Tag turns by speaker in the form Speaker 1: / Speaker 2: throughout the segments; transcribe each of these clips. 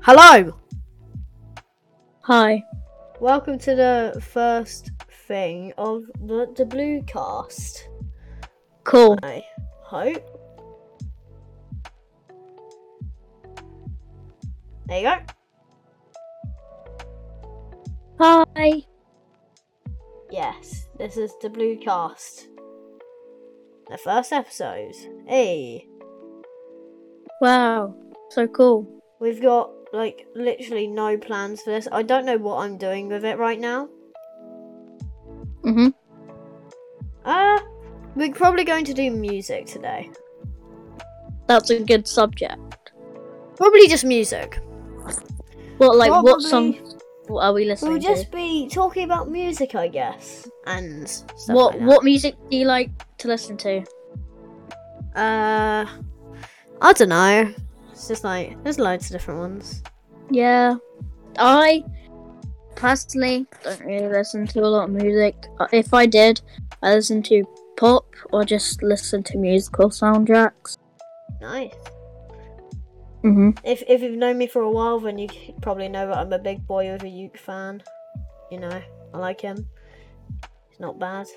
Speaker 1: Hello.
Speaker 2: Hi.
Speaker 1: Welcome to the first thing of the, the blue cast.
Speaker 2: Cool.
Speaker 1: I hope. There you go.
Speaker 2: Hi.
Speaker 1: Yes, this is the blue cast. The first episode. Hey,
Speaker 2: Wow. So cool.
Speaker 1: we've got like literally no plans for this. I don't know what I'm doing with it right now.
Speaker 2: Mm-hmm.
Speaker 1: Uh, we're probably going to do music today.
Speaker 2: That's a good subject.
Speaker 1: Probably just music.
Speaker 2: What like what
Speaker 1: Probably-
Speaker 2: song what are we listening
Speaker 1: We'll
Speaker 2: to?
Speaker 1: just be talking about music, I guess, and stuff
Speaker 2: What
Speaker 1: like that.
Speaker 2: what music do you like to listen to?
Speaker 1: Uh, I don't know. It's just like there's loads of different ones.
Speaker 2: Yeah. I personally don't really listen to a lot of music. Uh, If I did, I listen to pop or just listen to musical soundtracks.
Speaker 1: Nice.
Speaker 2: Mm-hmm.
Speaker 1: If if you've known me for a while, then you c- probably know that I'm a big boy of a Uke fan. You know, I like him. He's not bad.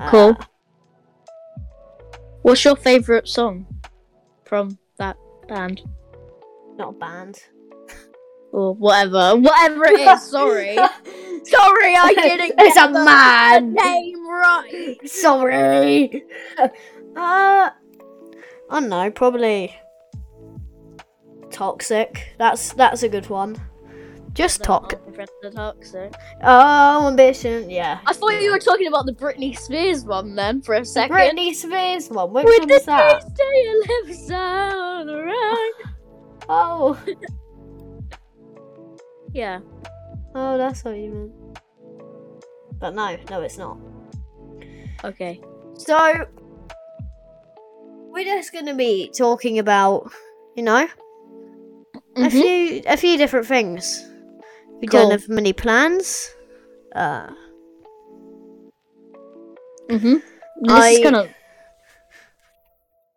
Speaker 1: Uh,
Speaker 2: Cool. What's your favourite song from that band?
Speaker 1: Not banned.
Speaker 2: Or whatever. Whatever it is, sorry. Sorry, I didn't
Speaker 1: It's
Speaker 2: get
Speaker 1: a
Speaker 2: the-
Speaker 1: man.
Speaker 2: the name right.
Speaker 1: Sorry. uh, I don't know. Probably toxic. That's that's a good one. Just toxic.
Speaker 2: toxic.
Speaker 1: Oh, ambition, yeah.
Speaker 2: I thought you were talking about the Britney Spears one then for a second.
Speaker 1: Britney Spears one. Which
Speaker 2: With
Speaker 1: one
Speaker 2: the
Speaker 1: was that?
Speaker 2: taste of your lips on the right.
Speaker 1: Oh,
Speaker 2: Yeah.
Speaker 1: oh, that's what you meant. But no, no, it's not.
Speaker 2: Okay.
Speaker 1: So we're just gonna be talking about, you know, a
Speaker 2: Mhm.
Speaker 1: few a few different things. We
Speaker 2: Cool.
Speaker 1: don't have many plans. Uh, mm-hmm.
Speaker 2: Mhm. This
Speaker 1: I-
Speaker 2: is gonna.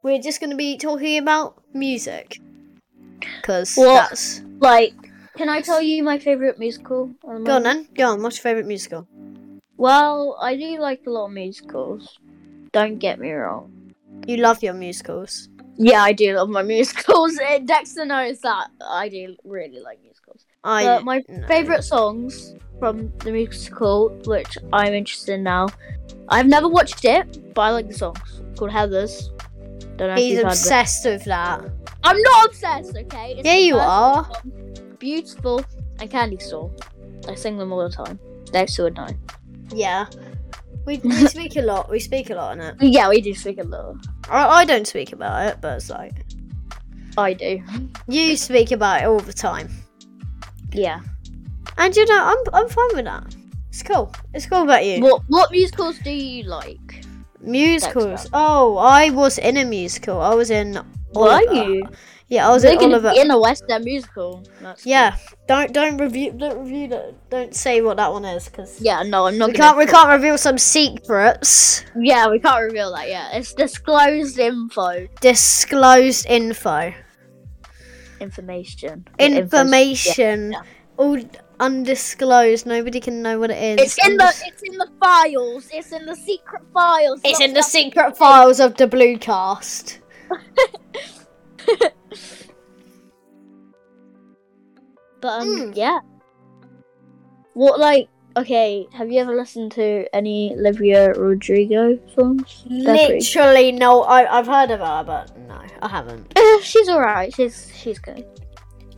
Speaker 1: we're just gonna be talking about music because
Speaker 2: Well,
Speaker 1: that's
Speaker 2: Like, can I tell you my favourite musical? at the
Speaker 1: go on
Speaker 2: moment?
Speaker 1: then. Go on. What's your favorite musical?
Speaker 2: Well, I do like a lot of musicals. Don't get me wrong.
Speaker 1: You love your musicals.
Speaker 2: Yeah, I do love my musicals. Dexter knows that. I do really like musicals.
Speaker 1: I
Speaker 2: But my
Speaker 1: no.
Speaker 2: favorite songs from the musical, which I'm interested in now. I've never watched it, but I like the songs. It's called Heather's. Don't know if
Speaker 1: He's
Speaker 2: you've heard of it.
Speaker 1: obsessed with that.
Speaker 2: I'm not obsessed, okay? It's
Speaker 1: Yeah,
Speaker 2: the
Speaker 1: you
Speaker 2: first
Speaker 1: are.
Speaker 2: song, Beautiful and Candy Store. I sing them all the time. Dexter would know.
Speaker 1: Yeah. We, we speak a lot. We speak a lot on it.
Speaker 2: Yeah, we do speak a little.
Speaker 1: I, I don't speak about it, but it's like
Speaker 2: I do.
Speaker 1: you speak about it all the time,
Speaker 2: Yeah.
Speaker 1: and you know I'm I'm fine with that. It's cool. It's cool about you.
Speaker 2: What what musicals do you like?
Speaker 1: Musicals.
Speaker 2: Dexter.
Speaker 1: Oh, I was in a musical. I was in.
Speaker 2: What are
Speaker 1: Oliver.
Speaker 2: you?
Speaker 1: Yeah, I was
Speaker 2: They're
Speaker 1: in
Speaker 2: gonna
Speaker 1: Oh, Oliver.
Speaker 2: be in a West End musical. That's cool.
Speaker 1: Yeah. Don't don't review don't review that. Don't say what that one is because
Speaker 2: Yeah, no, I'm not
Speaker 1: we
Speaker 2: gonna
Speaker 1: can't we can't reveal some secrets.
Speaker 2: Yeah, we can't reveal that yet. It's disclosed info.
Speaker 1: Disclosed info.
Speaker 2: Information.
Speaker 1: information
Speaker 2: yeah.
Speaker 1: all undisclosed nobody can know what it is
Speaker 2: It's in the it's in the files. It's in the secret files.
Speaker 1: it's
Speaker 2: not
Speaker 1: in the
Speaker 2: stuff-
Speaker 1: secret files of the blue cast
Speaker 2: But um,
Speaker 1: Mm.
Speaker 2: yeah. What like okay? Have you ever listened to any Olivia Rodrigo songs? They're pretty-
Speaker 1: literally no I, i've heard of her but no i haven't
Speaker 2: Eh, she's alright. She's she's good.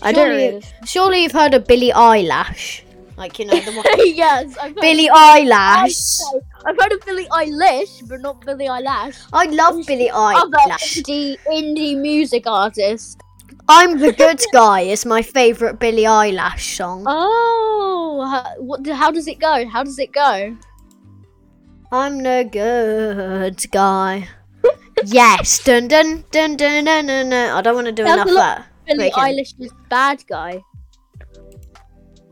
Speaker 2: I don't
Speaker 1: Surely-
Speaker 2: really.
Speaker 1: surely you've heard of billie eyelash like you know the one
Speaker 2: yes, I've heard
Speaker 1: billie
Speaker 2: of-
Speaker 1: eyelash
Speaker 2: I've heard of Billie Eilish, but not Billie Eyelash.
Speaker 1: i love billie
Speaker 2: Other
Speaker 1: eyelash
Speaker 2: indie indie music artist.
Speaker 1: i'm the good guy is my favorite billie eyelash song
Speaker 2: Oh, how, what? How does it go? How does it go?
Speaker 1: I'm the good guy. yes. Dun dun dun dun dun dun. dun. I don't want to do
Speaker 2: That's
Speaker 1: enough
Speaker 2: a
Speaker 1: of
Speaker 2: lot.
Speaker 1: that.
Speaker 2: Billie
Speaker 1: Reckon.
Speaker 2: Eilish is bad guy.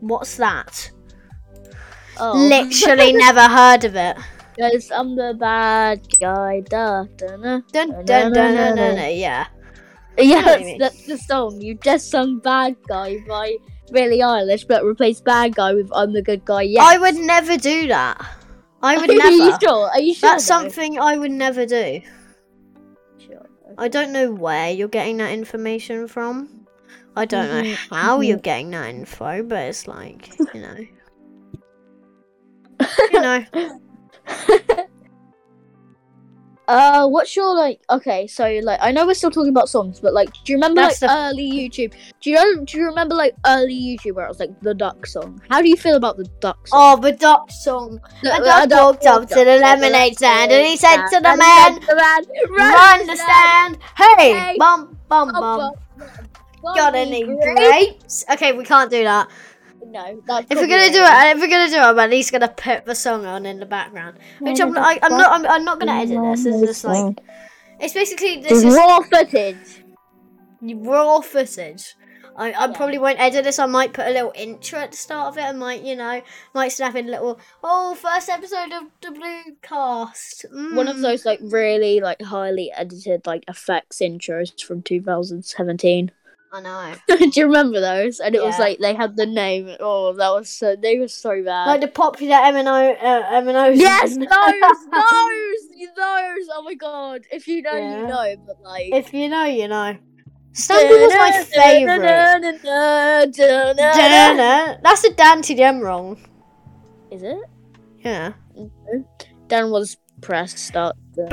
Speaker 1: What's that?
Speaker 2: Oh.
Speaker 1: Literally never heard of it.
Speaker 2: Guys, I'm the bad guy. Da, da, na.
Speaker 1: Dun dun dun dun dun. dun. Yeah.
Speaker 2: Yeah,
Speaker 1: know what you mean.
Speaker 2: that's, that's the song. You just sung Bad Guy by Billie Eilish, but replaced Bad Guy with I'm the Good Guy. Yeah.
Speaker 1: I would never do that. I would
Speaker 2: Are you
Speaker 1: never.
Speaker 2: sure? Are you sure?
Speaker 1: That's
Speaker 2: though?
Speaker 1: something I would never do.
Speaker 2: Sure.
Speaker 1: I don't know where you're getting that information from. I don't know
Speaker 2: Mhm,
Speaker 1: how
Speaker 2: mhm.
Speaker 1: you're getting that info, but it's like, you know. you know,
Speaker 2: Uh, what's your like? Okay, so like, I know we're still talking about songs, but like, do you remember
Speaker 1: That's
Speaker 2: like
Speaker 1: the-
Speaker 2: early YouTube? Do you know, do you remember like early YouTube where it was like the duck song? How do you feel about the duck song?
Speaker 1: oh, the duck song.
Speaker 2: The-
Speaker 1: Oh, a
Speaker 2: the
Speaker 1: duck walked up to the
Speaker 2: duck-
Speaker 1: lemonade stand and he said to the
Speaker 2: and he said
Speaker 1: man,
Speaker 2: to the man,
Speaker 1: Run,
Speaker 2: "Run,
Speaker 1: the
Speaker 2: Stan,
Speaker 1: stand. Hey,
Speaker 2: Hey, Oh,
Speaker 1: bum, bum,
Speaker 2: bum,
Speaker 1: bum.
Speaker 2: bum, bum,
Speaker 1: Got
Speaker 2: bum,
Speaker 1: any
Speaker 2: grape?"
Speaker 1: grapes? Okay, we can't do that.
Speaker 2: No, that's
Speaker 1: If we're gonna do it, if we're gonna do it, I'm at least gonna put the song on in the background. Which I'm, I, I'm not. I'm, I'm not gonna edit this. It's just like it's basically this is
Speaker 2: raw footage.
Speaker 1: raw footage. I, I
Speaker 2: Yeah.
Speaker 1: probably won't edit this. I might put a little intro at the start of it. I might, you know, might snap in a little. Oh, first episode of the Blue Cast.
Speaker 2: One of
Speaker 1: Mm."
Speaker 2: those like really like highly edited like effects intros from 2017.
Speaker 1: I know.
Speaker 2: do you remember those? And it was
Speaker 1: Yeah.
Speaker 2: like they had the name. Oh, that was so. They were so bad.
Speaker 1: Like the popular M and O. Uh, M and O.
Speaker 2: yes, those, those, those. Oh my god! If you know,
Speaker 1: Yeah.
Speaker 2: you know. But like,
Speaker 1: If you know, you know. Stumble was my favorite. That's the Dan TDM wrong.
Speaker 2: Is it?
Speaker 1: Yeah.
Speaker 2: Dan was press start. the-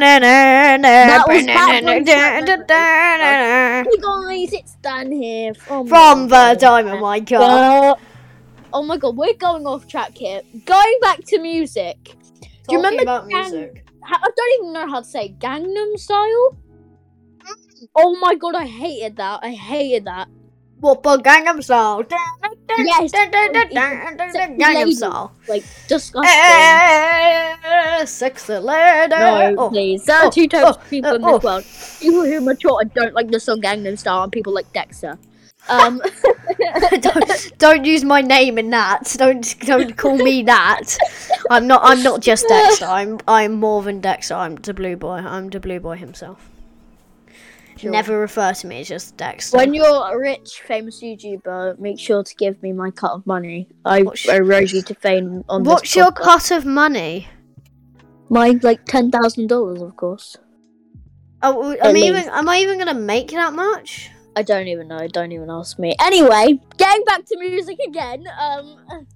Speaker 1: That
Speaker 2: was back from Hey guys, it's Dan here oh from
Speaker 1: From the Diamond, my god.
Speaker 2: Girl. Oh my god, we're going off track here. Going back to music. Do you remember
Speaker 1: about
Speaker 2: Gang- Ha- I don't even know how to say it. Gangnam Style. Oh my god, I hated that. I hated that.
Speaker 1: What, but Gangnam Style?
Speaker 2: Yes,
Speaker 1: Gangnam Style.
Speaker 2: like disgusting.
Speaker 1: Eh, Six
Speaker 2: No,
Speaker 1: later. Oh,
Speaker 2: please. There are
Speaker 1: Oh,
Speaker 2: two types
Speaker 1: oh,
Speaker 2: of people in
Speaker 1: uh,
Speaker 2: this
Speaker 1: oh.
Speaker 2: world: people who are mature and don't like the song Gangnam Style, and people like Dexter. Um,
Speaker 1: Oh, don't, don't use my name in that. Don't don't call me that. I'm not. I'm not just Dexter. I'm I'm more than Dexter. I'm the Blue Boy. I'm the Blue Boy himself.
Speaker 2: Sure.
Speaker 1: Never refer to me as just Dexter.
Speaker 2: when you're a rich, famous YouTuber, make sure to give me my cut of money. I,
Speaker 1: What's-
Speaker 2: I rose you to fame on this.
Speaker 1: What's your
Speaker 2: podcast.
Speaker 1: cut of money?
Speaker 2: My like ten thousand dollars, of course.
Speaker 1: Oh, am I
Speaker 2: At
Speaker 1: even
Speaker 2: least.
Speaker 1: am I even gonna make that much?
Speaker 2: I don't even know. Don't even ask me. Anyway, getting back to music again. Um,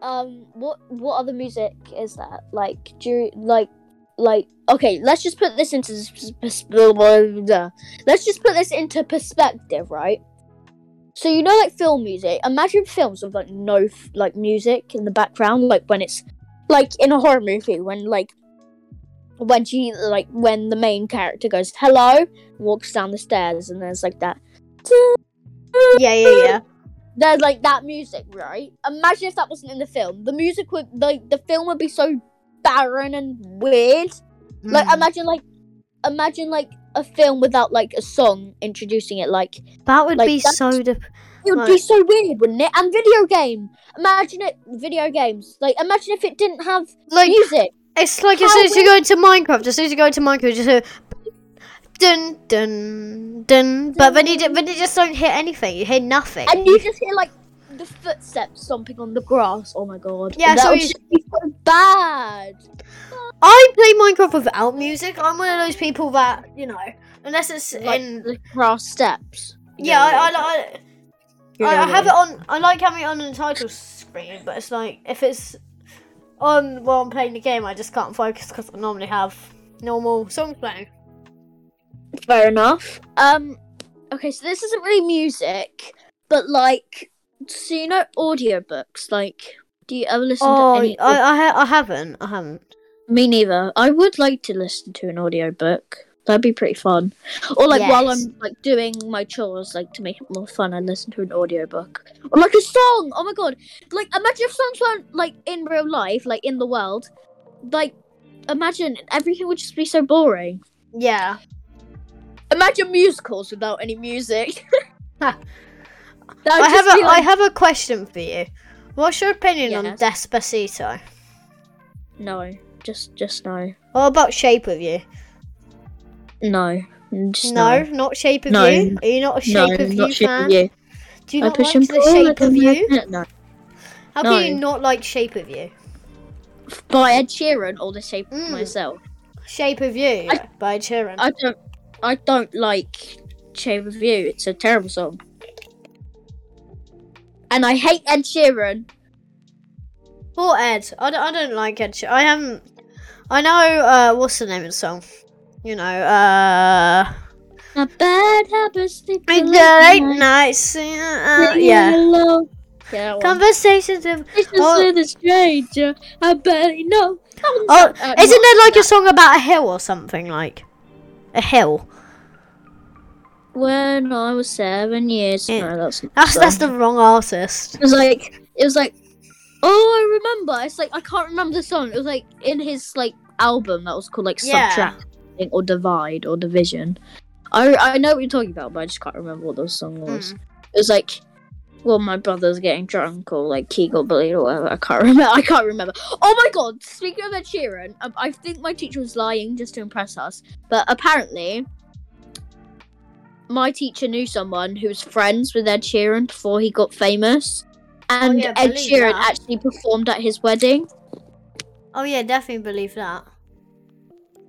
Speaker 2: um, what what other music is that? Like, do you, like, like? Okay, let's just put this into s- pers- blah, blah, blah, blah. let's just put this into perspective, right? So you know, like film music. Imagine films with like no f- like music in the background, like when it's like in a horror movie when like when she like when the main character goes hello walks down the stairs and there's like that
Speaker 1: Yeah, yeah, yeah.
Speaker 2: there's like that music right imagine if that wasn't in the film the music would like the film would be so barren and weird like
Speaker 1: Mm.
Speaker 2: imagine like imagine like a film without like a song introducing it like it
Speaker 1: Mm. that would
Speaker 2: like,
Speaker 1: be
Speaker 2: that's-
Speaker 1: so. Dep-
Speaker 2: would be so weird wouldn't it and video game imagine it video games like imagine if it didn't have
Speaker 1: like
Speaker 2: music
Speaker 1: It's like as
Speaker 2: How
Speaker 1: soon as you go into Minecraft, as soon as you go into Minecraft, you just hear dun dun dun. But then you d- but you just don't hear anything. You hear nothing.
Speaker 2: and you just hear like the footsteps stomping on the grass. Oh my god!
Speaker 1: Yeah,
Speaker 2: that
Speaker 1: so
Speaker 2: would
Speaker 1: you-
Speaker 2: just be so bad.
Speaker 1: I play Minecraft without music. I'm one of those people that you know, unless it's
Speaker 2: Like
Speaker 1: in
Speaker 2: the grass steps.
Speaker 1: yeah, I I,
Speaker 2: You
Speaker 1: I, I,
Speaker 2: know
Speaker 1: I have it
Speaker 2: what
Speaker 1: on. I like having it on the title screen, but it's like if it's on while I'm playing the game, I just can't focus because I normally have normal songs playing.
Speaker 2: mean. Fair enough. Um, okay, so this isn't really music, but like, so you know, audiobooks. Like, do you ever listen to
Speaker 1: Oh, I
Speaker 2: any?
Speaker 1: I, ha- I haven't. I haven't.
Speaker 2: Me neither. I would like to listen to an audiobook. That'd be pretty fun. Or like while
Speaker 1: Yes.
Speaker 2: I'm like doing my chores, like to make it more fun, I listen to an audiobook. Or like a song. Oh my god. Like imagine if songs weren't like in real life, like in the world. Like imagine everything would just be so boring.
Speaker 1: Yeah.
Speaker 2: Imagine musicals without any music.
Speaker 1: Ha.
Speaker 2: That would
Speaker 1: I
Speaker 2: just
Speaker 1: have a
Speaker 2: be
Speaker 1: I
Speaker 2: like-
Speaker 1: have a question for you. What's your opinion on
Speaker 2: Yes.
Speaker 1: Despacito?
Speaker 2: No. Just just no.
Speaker 1: What about Shape of You?
Speaker 2: No. Just
Speaker 1: no, not Shape of
Speaker 2: No.
Speaker 1: You. Are you not a Shape
Speaker 2: No,
Speaker 1: of
Speaker 2: not
Speaker 1: You
Speaker 2: shape
Speaker 1: fan?
Speaker 2: of you.
Speaker 1: Do you
Speaker 2: I
Speaker 1: not
Speaker 2: push
Speaker 1: like
Speaker 2: and
Speaker 1: the
Speaker 2: pull, I
Speaker 1: Shape
Speaker 2: don't
Speaker 1: of
Speaker 2: like
Speaker 1: You?
Speaker 2: it, No.
Speaker 1: How
Speaker 2: No.
Speaker 1: can you not like Shape of You?
Speaker 2: By Ed Sheeran or the shape
Speaker 1: Mm.
Speaker 2: of myself.
Speaker 1: Shape of You by Sheeran.
Speaker 2: I don't. I don't like Shape of You. It's a terrible song. And I hate Ed Sheeran.
Speaker 1: Poor Ed. I don't, I don't like Ed. Sheer- I haven't. I know. Uh, what's the name of the song? You know. Uh,
Speaker 2: My bad habits. they
Speaker 1: late
Speaker 2: collect my
Speaker 1: nights. uh, yeah.
Speaker 2: alone. Yeah. that one.
Speaker 1: Conversations of.
Speaker 2: Conversations
Speaker 1: oh.
Speaker 2: with a stranger. I barely know. That one's
Speaker 1: Oh,
Speaker 2: not- uh,
Speaker 1: isn't
Speaker 2: not-
Speaker 1: there like a song about a hill or something like? A hill.
Speaker 2: When I was seven years.
Speaker 1: Yeah.
Speaker 2: No, that's not
Speaker 1: That's
Speaker 2: the
Speaker 1: that's
Speaker 2: song.
Speaker 1: the wrong artist.
Speaker 2: It was like it was like oh I remember. It's like I can't remember the song. It was like in his like album that was called like
Speaker 1: Yeah.
Speaker 2: Subtract I think, or Divide or Division. I I know what you're talking about, but I just can't remember what the song was. It was like well my brother's getting drunk or like he got bullied or whatever. I can't remember. I can't remember. Oh my god! Speaking of Ed Sheeran, um, I think my teacher was lying just to impress us, but apparently. My teacher knew someone who was friends with Ed Sheeran before he got famous, and
Speaker 1: Oh, yeah,
Speaker 2: Ed
Speaker 1: believe
Speaker 2: Sheeran
Speaker 1: that.
Speaker 2: actually performed at his wedding.
Speaker 1: Oh yeah, definitely believe that.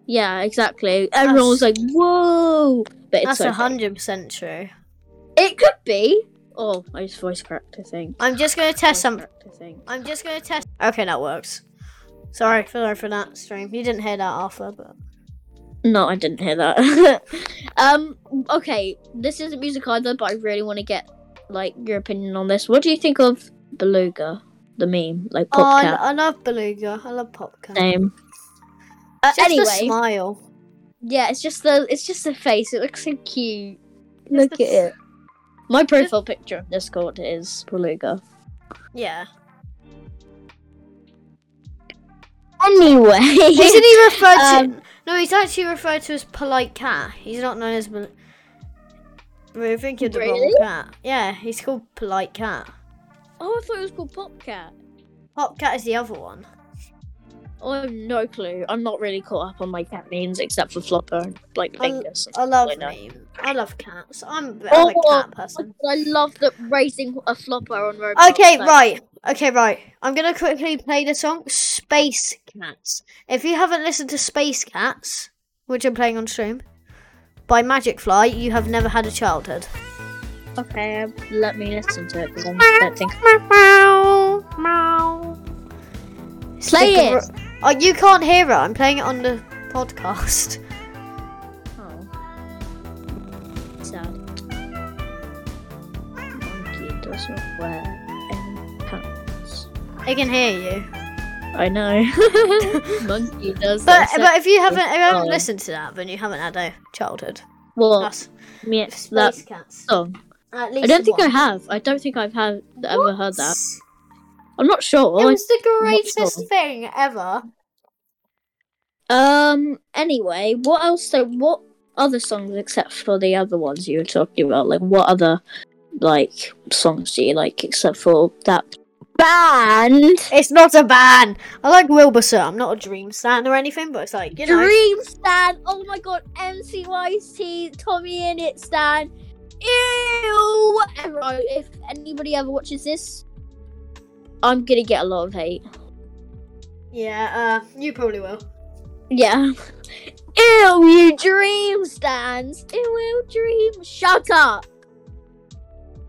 Speaker 2: Yeah, exactly. Everyone was like, "Whoa!" But it's
Speaker 1: That's
Speaker 2: so
Speaker 1: a
Speaker 2: fake.
Speaker 1: hundred percent true.
Speaker 2: It could be. Oh, I just voice cracked. I think.
Speaker 1: I'm just gonna test
Speaker 2: Voice
Speaker 1: some.
Speaker 2: cracked, I think.
Speaker 1: I'm just gonna test. Okay, that works. Sorry, sorry for that stream. You didn't hear that, Arthur, but.
Speaker 2: No, I didn't hear that. um. Okay, this isn't music either, but I really want to get like your opinion on this. What do you think of Beluga, the meme, like
Speaker 1: Oh, I,
Speaker 2: Popcat
Speaker 1: I love Beluga. I love Popcat.
Speaker 2: name?
Speaker 1: It's just the
Speaker 2: anyway.
Speaker 1: smile.
Speaker 2: Yeah, it's just the it's just the face. It looks so cute. Look at
Speaker 1: the-
Speaker 2: it. My profile picture on Discord is Beluga.
Speaker 1: Yeah.
Speaker 2: Anyway,
Speaker 1: Isn't he referred to?
Speaker 2: Um,
Speaker 1: no, he's actually referred to as polite cat. He's not known as. Bel- I think you're the wrong
Speaker 2: Really?
Speaker 1: cat. Yeah, he's called polite cat.
Speaker 2: Oh, I thought it was called Popcat.
Speaker 1: Popcat is the other one.
Speaker 2: Oh, I have no clue. I'm not really caught up on my cat names except for Flopper and like
Speaker 1: I-
Speaker 2: Bingus.
Speaker 1: I love
Speaker 2: I know.
Speaker 1: meme. I love cats. I'm, I'm a
Speaker 2: Oh.
Speaker 1: cat person.
Speaker 2: I love that raising a Flopper on Roblox.
Speaker 1: Okay,
Speaker 2: like-
Speaker 1: right. Okay, right. I'm gonna quickly play the song Space Cats. If you haven't listened to Space Cats, which I'm playing on stream, by Magic Fly, you have never had a childhood.
Speaker 2: Okay, um, let me listen to it because I don't think.
Speaker 1: It's
Speaker 2: Play
Speaker 1: the
Speaker 2: it.
Speaker 1: gr- Oh, you can't hear it. I'm playing it on the podcast.
Speaker 2: Oh. Sad. Monkey doesn't wear any pants.
Speaker 1: It can hear you.
Speaker 2: I know. Monkey does.
Speaker 1: But
Speaker 2: accept-
Speaker 1: but if you haven't if you haven't
Speaker 2: fine.
Speaker 1: listened to that, then you haven't had a childhood.
Speaker 2: Oh. well,
Speaker 1: That's
Speaker 2: me, that
Speaker 1: Space Cats.
Speaker 2: song.
Speaker 1: At
Speaker 2: I
Speaker 1: least
Speaker 2: don't think I
Speaker 1: one.
Speaker 2: have. I don't think I've had ever heard that.
Speaker 1: What?
Speaker 2: I'm not sure.
Speaker 1: It was the
Speaker 2: not sure.
Speaker 1: greatest thing ever.
Speaker 2: Um. Anyway, what else? So, what other songs except for the other ones you were talking about? Like, what other like songs do you like except for that band?
Speaker 1: It's not a ban. I like Wilbur Sir. I'm not a dream stan or anything, but it's like you know.
Speaker 2: Dream Stan. Oh my god, MCYC, Tommy in it, Stan. Ew. Everyone, If anybody ever watches this, I'm gonna get a lot of hate.
Speaker 1: Yeah, uh, you probably will.
Speaker 2: Yeah. Ew, you dream stands. Ew, ew, dream. Shut up.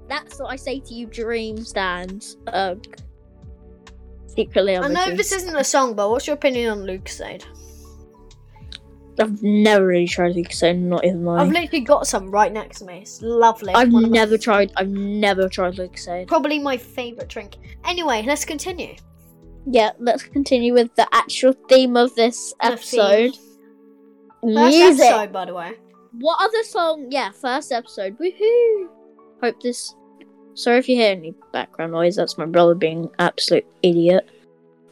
Speaker 2: That's what I say to you, dream stands. Ugh. Secretly, I'm
Speaker 1: I
Speaker 2: a
Speaker 1: know
Speaker 2: dream
Speaker 1: this isn't a song, but what's your opinion on Lucasade?
Speaker 2: I've never really tried to so not even
Speaker 1: I've
Speaker 2: mine.
Speaker 1: literally got some right next to me. It's lovely.
Speaker 2: I've
Speaker 1: One of my-
Speaker 2: never tried. I've never tried Lucasade.
Speaker 1: probably my favorite drink. Anyway, let's continue.
Speaker 2: Yeah, let's continue with the actual theme of this
Speaker 1: The
Speaker 2: episode.
Speaker 1: First
Speaker 2: Music.
Speaker 1: episode, by the way.
Speaker 2: What other song? Yeah, first episode. Woohoo! Hope this. Sorry if you hear any background noise. That's my brother being an absolute idiot.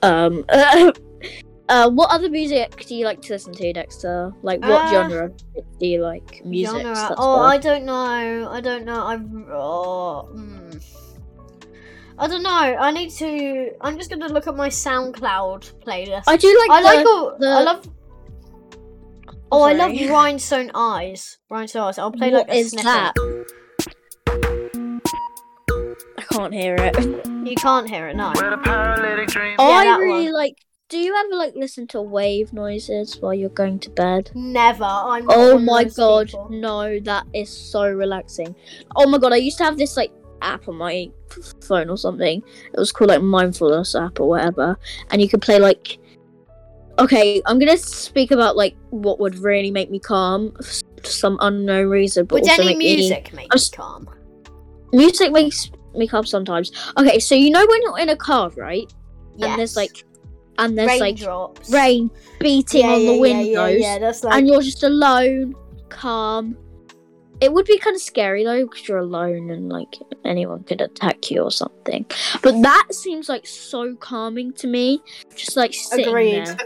Speaker 2: Um. uh, what other music do you like to listen to, Dexter? Like, what
Speaker 1: Uh,
Speaker 2: genre of music do you like? Music.
Speaker 1: Genre-
Speaker 2: that's
Speaker 1: Oh,
Speaker 2: what-
Speaker 1: I don't know. I don't know. I'm. Oh, mm. I don't know. I need to. I'm just gonna look at my SoundCloud playlist.
Speaker 2: I do like.
Speaker 1: I
Speaker 2: the-
Speaker 1: like all.
Speaker 2: the-
Speaker 1: I love. Oh, I love
Speaker 2: Sorry.
Speaker 1: rhinestone eyes. Rhinestone eyes. I'll play
Speaker 2: What
Speaker 1: like a
Speaker 2: is
Speaker 1: snippet.
Speaker 2: that? I can't hear it.
Speaker 1: You can't hear it now.
Speaker 3: With a paralytic dream.
Speaker 2: Oh, I
Speaker 1: that
Speaker 2: really
Speaker 1: one.
Speaker 2: like. Do you ever like listen to wave noises while you're going to bed?
Speaker 1: Never. I'm. not one
Speaker 2: Oh
Speaker 1: of
Speaker 2: my
Speaker 1: those
Speaker 2: god,
Speaker 1: people.
Speaker 2: no, that is so relaxing. Oh my god, I used to have this like app on my f- phone or something. It was called like Mindfulness app or whatever, and you could play like. Okay, I'm gonna speak about like what would really make me calm for s- some unknown reason, but
Speaker 1: Would
Speaker 2: also
Speaker 1: any
Speaker 2: make me-
Speaker 1: music make you
Speaker 2: I'm s-
Speaker 1: calm?
Speaker 2: music makes me calm sometimes. Okay, so you know when you're in a car, right? And there's like, and there's like
Speaker 1: raindrops.
Speaker 2: rain beating
Speaker 1: Yeah,
Speaker 2: on
Speaker 1: yeah,
Speaker 2: the
Speaker 1: yeah,
Speaker 2: windows,
Speaker 1: yeah, yeah, that's like.
Speaker 2: and you're just alone, calm. It would be kind of scary though, because you're alone and like anyone could attack you or something. But that seems like so calming to me. Just like sitting
Speaker 1: Agreed.
Speaker 2: there,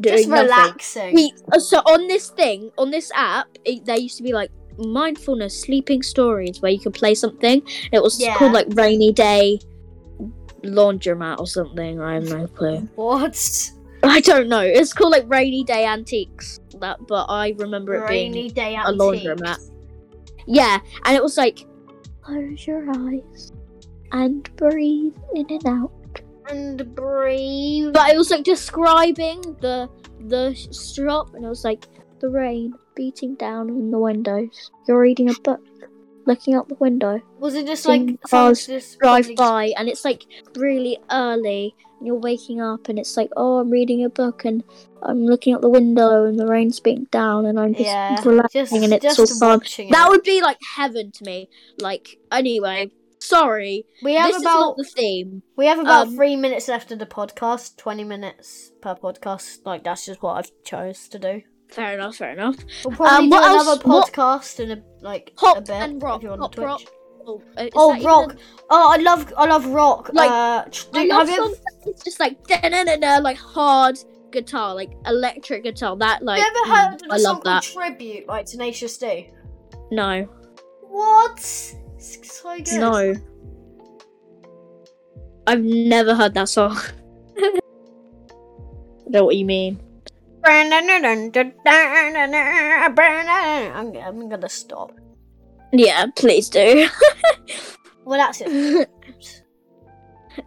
Speaker 2: doing
Speaker 1: Just
Speaker 2: nothing.
Speaker 1: relaxing.
Speaker 2: We- uh, so on this thing, on this app, it, there used to be like mindfulness sleeping stories where you could play something. It was
Speaker 1: Yeah.
Speaker 2: called like rainy day laundromat or something. I have no clue.
Speaker 1: What?
Speaker 2: I don't know. It's called like rainy day antiques. That, but I remember it being
Speaker 1: Rainy day
Speaker 2: a
Speaker 1: out.
Speaker 2: laundromat. Yeah, and it was like close your eyes and breathe in and out.
Speaker 1: And breathe.
Speaker 2: But it was like describing the the sh- shop, and it was like the rain beating down on the windows. You're reading a book, looking out the window,
Speaker 1: Was it just
Speaker 2: Seeing
Speaker 1: like
Speaker 2: cars
Speaker 1: someone just
Speaker 2: drive
Speaker 1: probably-
Speaker 2: by, and it's like really early, and you're waking up, and it's like, oh, I'm reading a book, and I'm looking out the window, and the rain's beating down, and I'm just
Speaker 1: Yeah.
Speaker 2: relaxing,
Speaker 1: Just,
Speaker 2: and it's
Speaker 1: just
Speaker 2: all fun.
Speaker 1: watching
Speaker 2: That
Speaker 1: it.
Speaker 2: would be like heaven to me. Like anyway, sorry,
Speaker 1: we have
Speaker 2: this is
Speaker 1: about
Speaker 2: not the theme.
Speaker 1: we have about
Speaker 2: um,
Speaker 1: three minutes left of the podcast. Twenty minutes per podcast. Like that's just what I've chose to do.
Speaker 2: Fair enough, fair enough.
Speaker 1: We'll probably
Speaker 2: Um,
Speaker 1: do
Speaker 2: what else-
Speaker 1: another
Speaker 2: what-
Speaker 1: podcast in a like
Speaker 2: Hop
Speaker 1: a bit
Speaker 2: and rock,
Speaker 1: if you're on
Speaker 2: hop,
Speaker 1: Twitch.
Speaker 2: rock. Oh, uh, is
Speaker 1: Oh,
Speaker 2: that even
Speaker 1: rock! Oh, I love, I love rock.
Speaker 2: Like,
Speaker 1: uh, tr-
Speaker 2: I
Speaker 1: do-
Speaker 2: love
Speaker 1: have you
Speaker 2: songs that it's just like da-na-na-na, like hard guitar, like electric guitar. That like
Speaker 1: you ever heard
Speaker 2: mm,
Speaker 1: of
Speaker 2: I
Speaker 1: the song
Speaker 2: love
Speaker 1: called
Speaker 2: that.
Speaker 1: Tribute by Tenacious D?
Speaker 2: No,
Speaker 1: What? It's so good.
Speaker 2: no, I've never heard that song. know what you mean?
Speaker 1: I'm, I'm gonna stop.
Speaker 2: Yeah, please do.
Speaker 1: Well, that's it.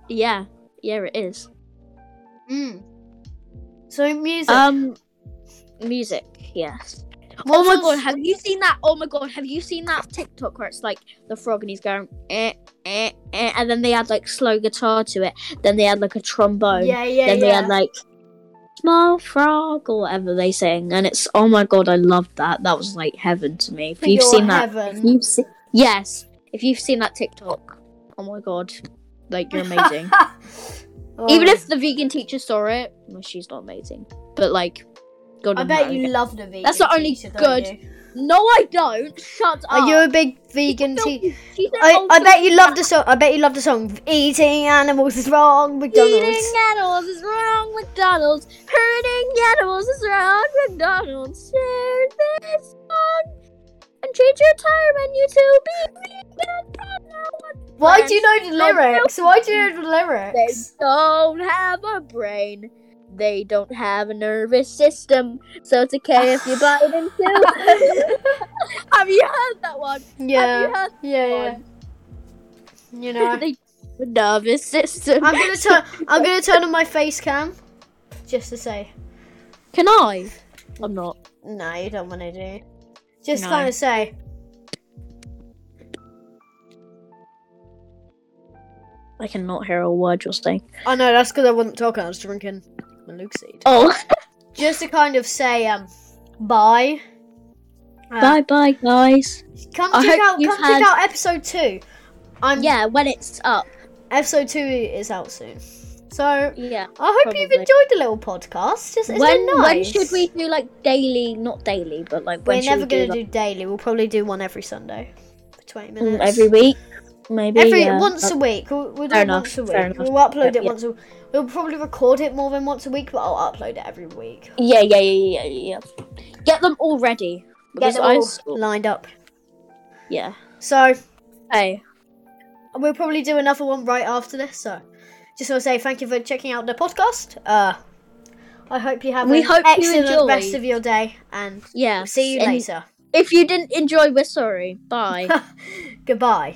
Speaker 2: yeah, yeah, it is.
Speaker 1: Mm. So music.
Speaker 2: Um, music. Yes.
Speaker 1: What
Speaker 2: oh my
Speaker 1: songs-
Speaker 2: god, have you seen that? Oh my god, have you seen that TikTok where it's like the frog and he's going eh, eh, eh, and then they add like slow guitar to it. Then they add like a trombone.
Speaker 1: yeah, yeah,
Speaker 2: then they
Speaker 1: yeah.
Speaker 2: had like small frog or whatever they sing and it's oh my god i loved that that was like heaven to me if you've
Speaker 1: Your
Speaker 2: seen that if
Speaker 1: heaven.
Speaker 2: you've se- yes if you've seen that tiktok oh my god like you're amazing
Speaker 1: Oh.
Speaker 2: even if the vegan teacher saw it well, she's not amazing but like god
Speaker 1: I
Speaker 2: in
Speaker 1: bet
Speaker 2: her-
Speaker 1: you love the vegan.
Speaker 2: That's the only
Speaker 1: teacher, don't
Speaker 2: good- Oh.
Speaker 1: you?
Speaker 2: no i don't shut up
Speaker 1: Are you a big vegan teacher?
Speaker 2: She's an
Speaker 1: I,
Speaker 2: old
Speaker 1: I bet
Speaker 2: filthy
Speaker 1: you love the song. I bet you love the song. Eating animals is wrong. McDonald's.
Speaker 2: Eating animals is wrong, McDonald's. Hurting animals is wrong, McDonald's. Share this song and change your tire menu to be vegan. but no one-
Speaker 1: Why do you know the
Speaker 2: They're
Speaker 1: lyrics? Why do you know the
Speaker 2: They
Speaker 1: lyrics?
Speaker 2: don't have a brain. They don't have a nervous system, so it's okay if you bite into. have you heard that one? Have
Speaker 1: Yeah,
Speaker 2: you heard
Speaker 1: yeah, yeah.
Speaker 2: that
Speaker 1: You
Speaker 2: one?
Speaker 1: know.
Speaker 2: They have a nervous system.
Speaker 1: I'm gonna turn. I'm gonna turn on my face cam, just to say.
Speaker 2: Can I? I'm not.
Speaker 1: No, you don't want to do. Just
Speaker 2: No.
Speaker 1: kind of say.
Speaker 2: I cannot hear a word you're saying.
Speaker 1: Oh no, that's because I wasn't talking. I was drinking my Luke seed.
Speaker 2: Oh.
Speaker 1: Just to kind of say, um, bye. Uh,
Speaker 2: Bye bye, guys.
Speaker 1: Come
Speaker 2: I
Speaker 1: check
Speaker 2: hope
Speaker 1: out.
Speaker 2: you've
Speaker 1: Come check
Speaker 2: had-
Speaker 1: out episode two. I'm
Speaker 2: Um, Yeah, when it's up.
Speaker 1: Episode two is out soon. So I
Speaker 2: Yeah.
Speaker 1: hope you've
Speaker 2: Probably.
Speaker 1: enjoyed the little podcast. Just it's
Speaker 2: when
Speaker 1: been nice.
Speaker 2: when should we do like daily? Not daily, but like when
Speaker 1: We're
Speaker 2: should
Speaker 1: never
Speaker 2: we do,
Speaker 1: gonna do daily. We'll probably do one every Sunday for twenty
Speaker 2: like, mm,
Speaker 1: minutes.
Speaker 2: every week? Maybe uh,
Speaker 1: Every
Speaker 2: yeah.
Speaker 1: once a week, we'll, we'll do
Speaker 2: Fair
Speaker 1: it
Speaker 2: enough,
Speaker 1: once a week.
Speaker 2: fair enough.
Speaker 1: We'll upload
Speaker 2: Yeah,
Speaker 1: it
Speaker 2: yeah.
Speaker 1: once a. We'll probably record it more than once a week, but I'll upload it every week.
Speaker 2: yeah, yeah, yeah, yeah, yeah. yeah. Get them all ready
Speaker 1: Get
Speaker 2: because
Speaker 1: them
Speaker 2: I
Speaker 1: all
Speaker 2: s-
Speaker 1: lined up.
Speaker 2: yeah.
Speaker 1: So
Speaker 2: Hey,
Speaker 1: we'll probably do another one right after this. So just want to say thank you for checking out the podcast. Uh, I hope you have
Speaker 2: We
Speaker 1: an
Speaker 2: hope you
Speaker 1: excellent
Speaker 2: enjoy.
Speaker 1: rest of your day, and
Speaker 2: Yeah.
Speaker 1: see you
Speaker 2: and
Speaker 1: later.
Speaker 2: If you didn't enjoy, we're sorry. Bye.
Speaker 1: Goodbye.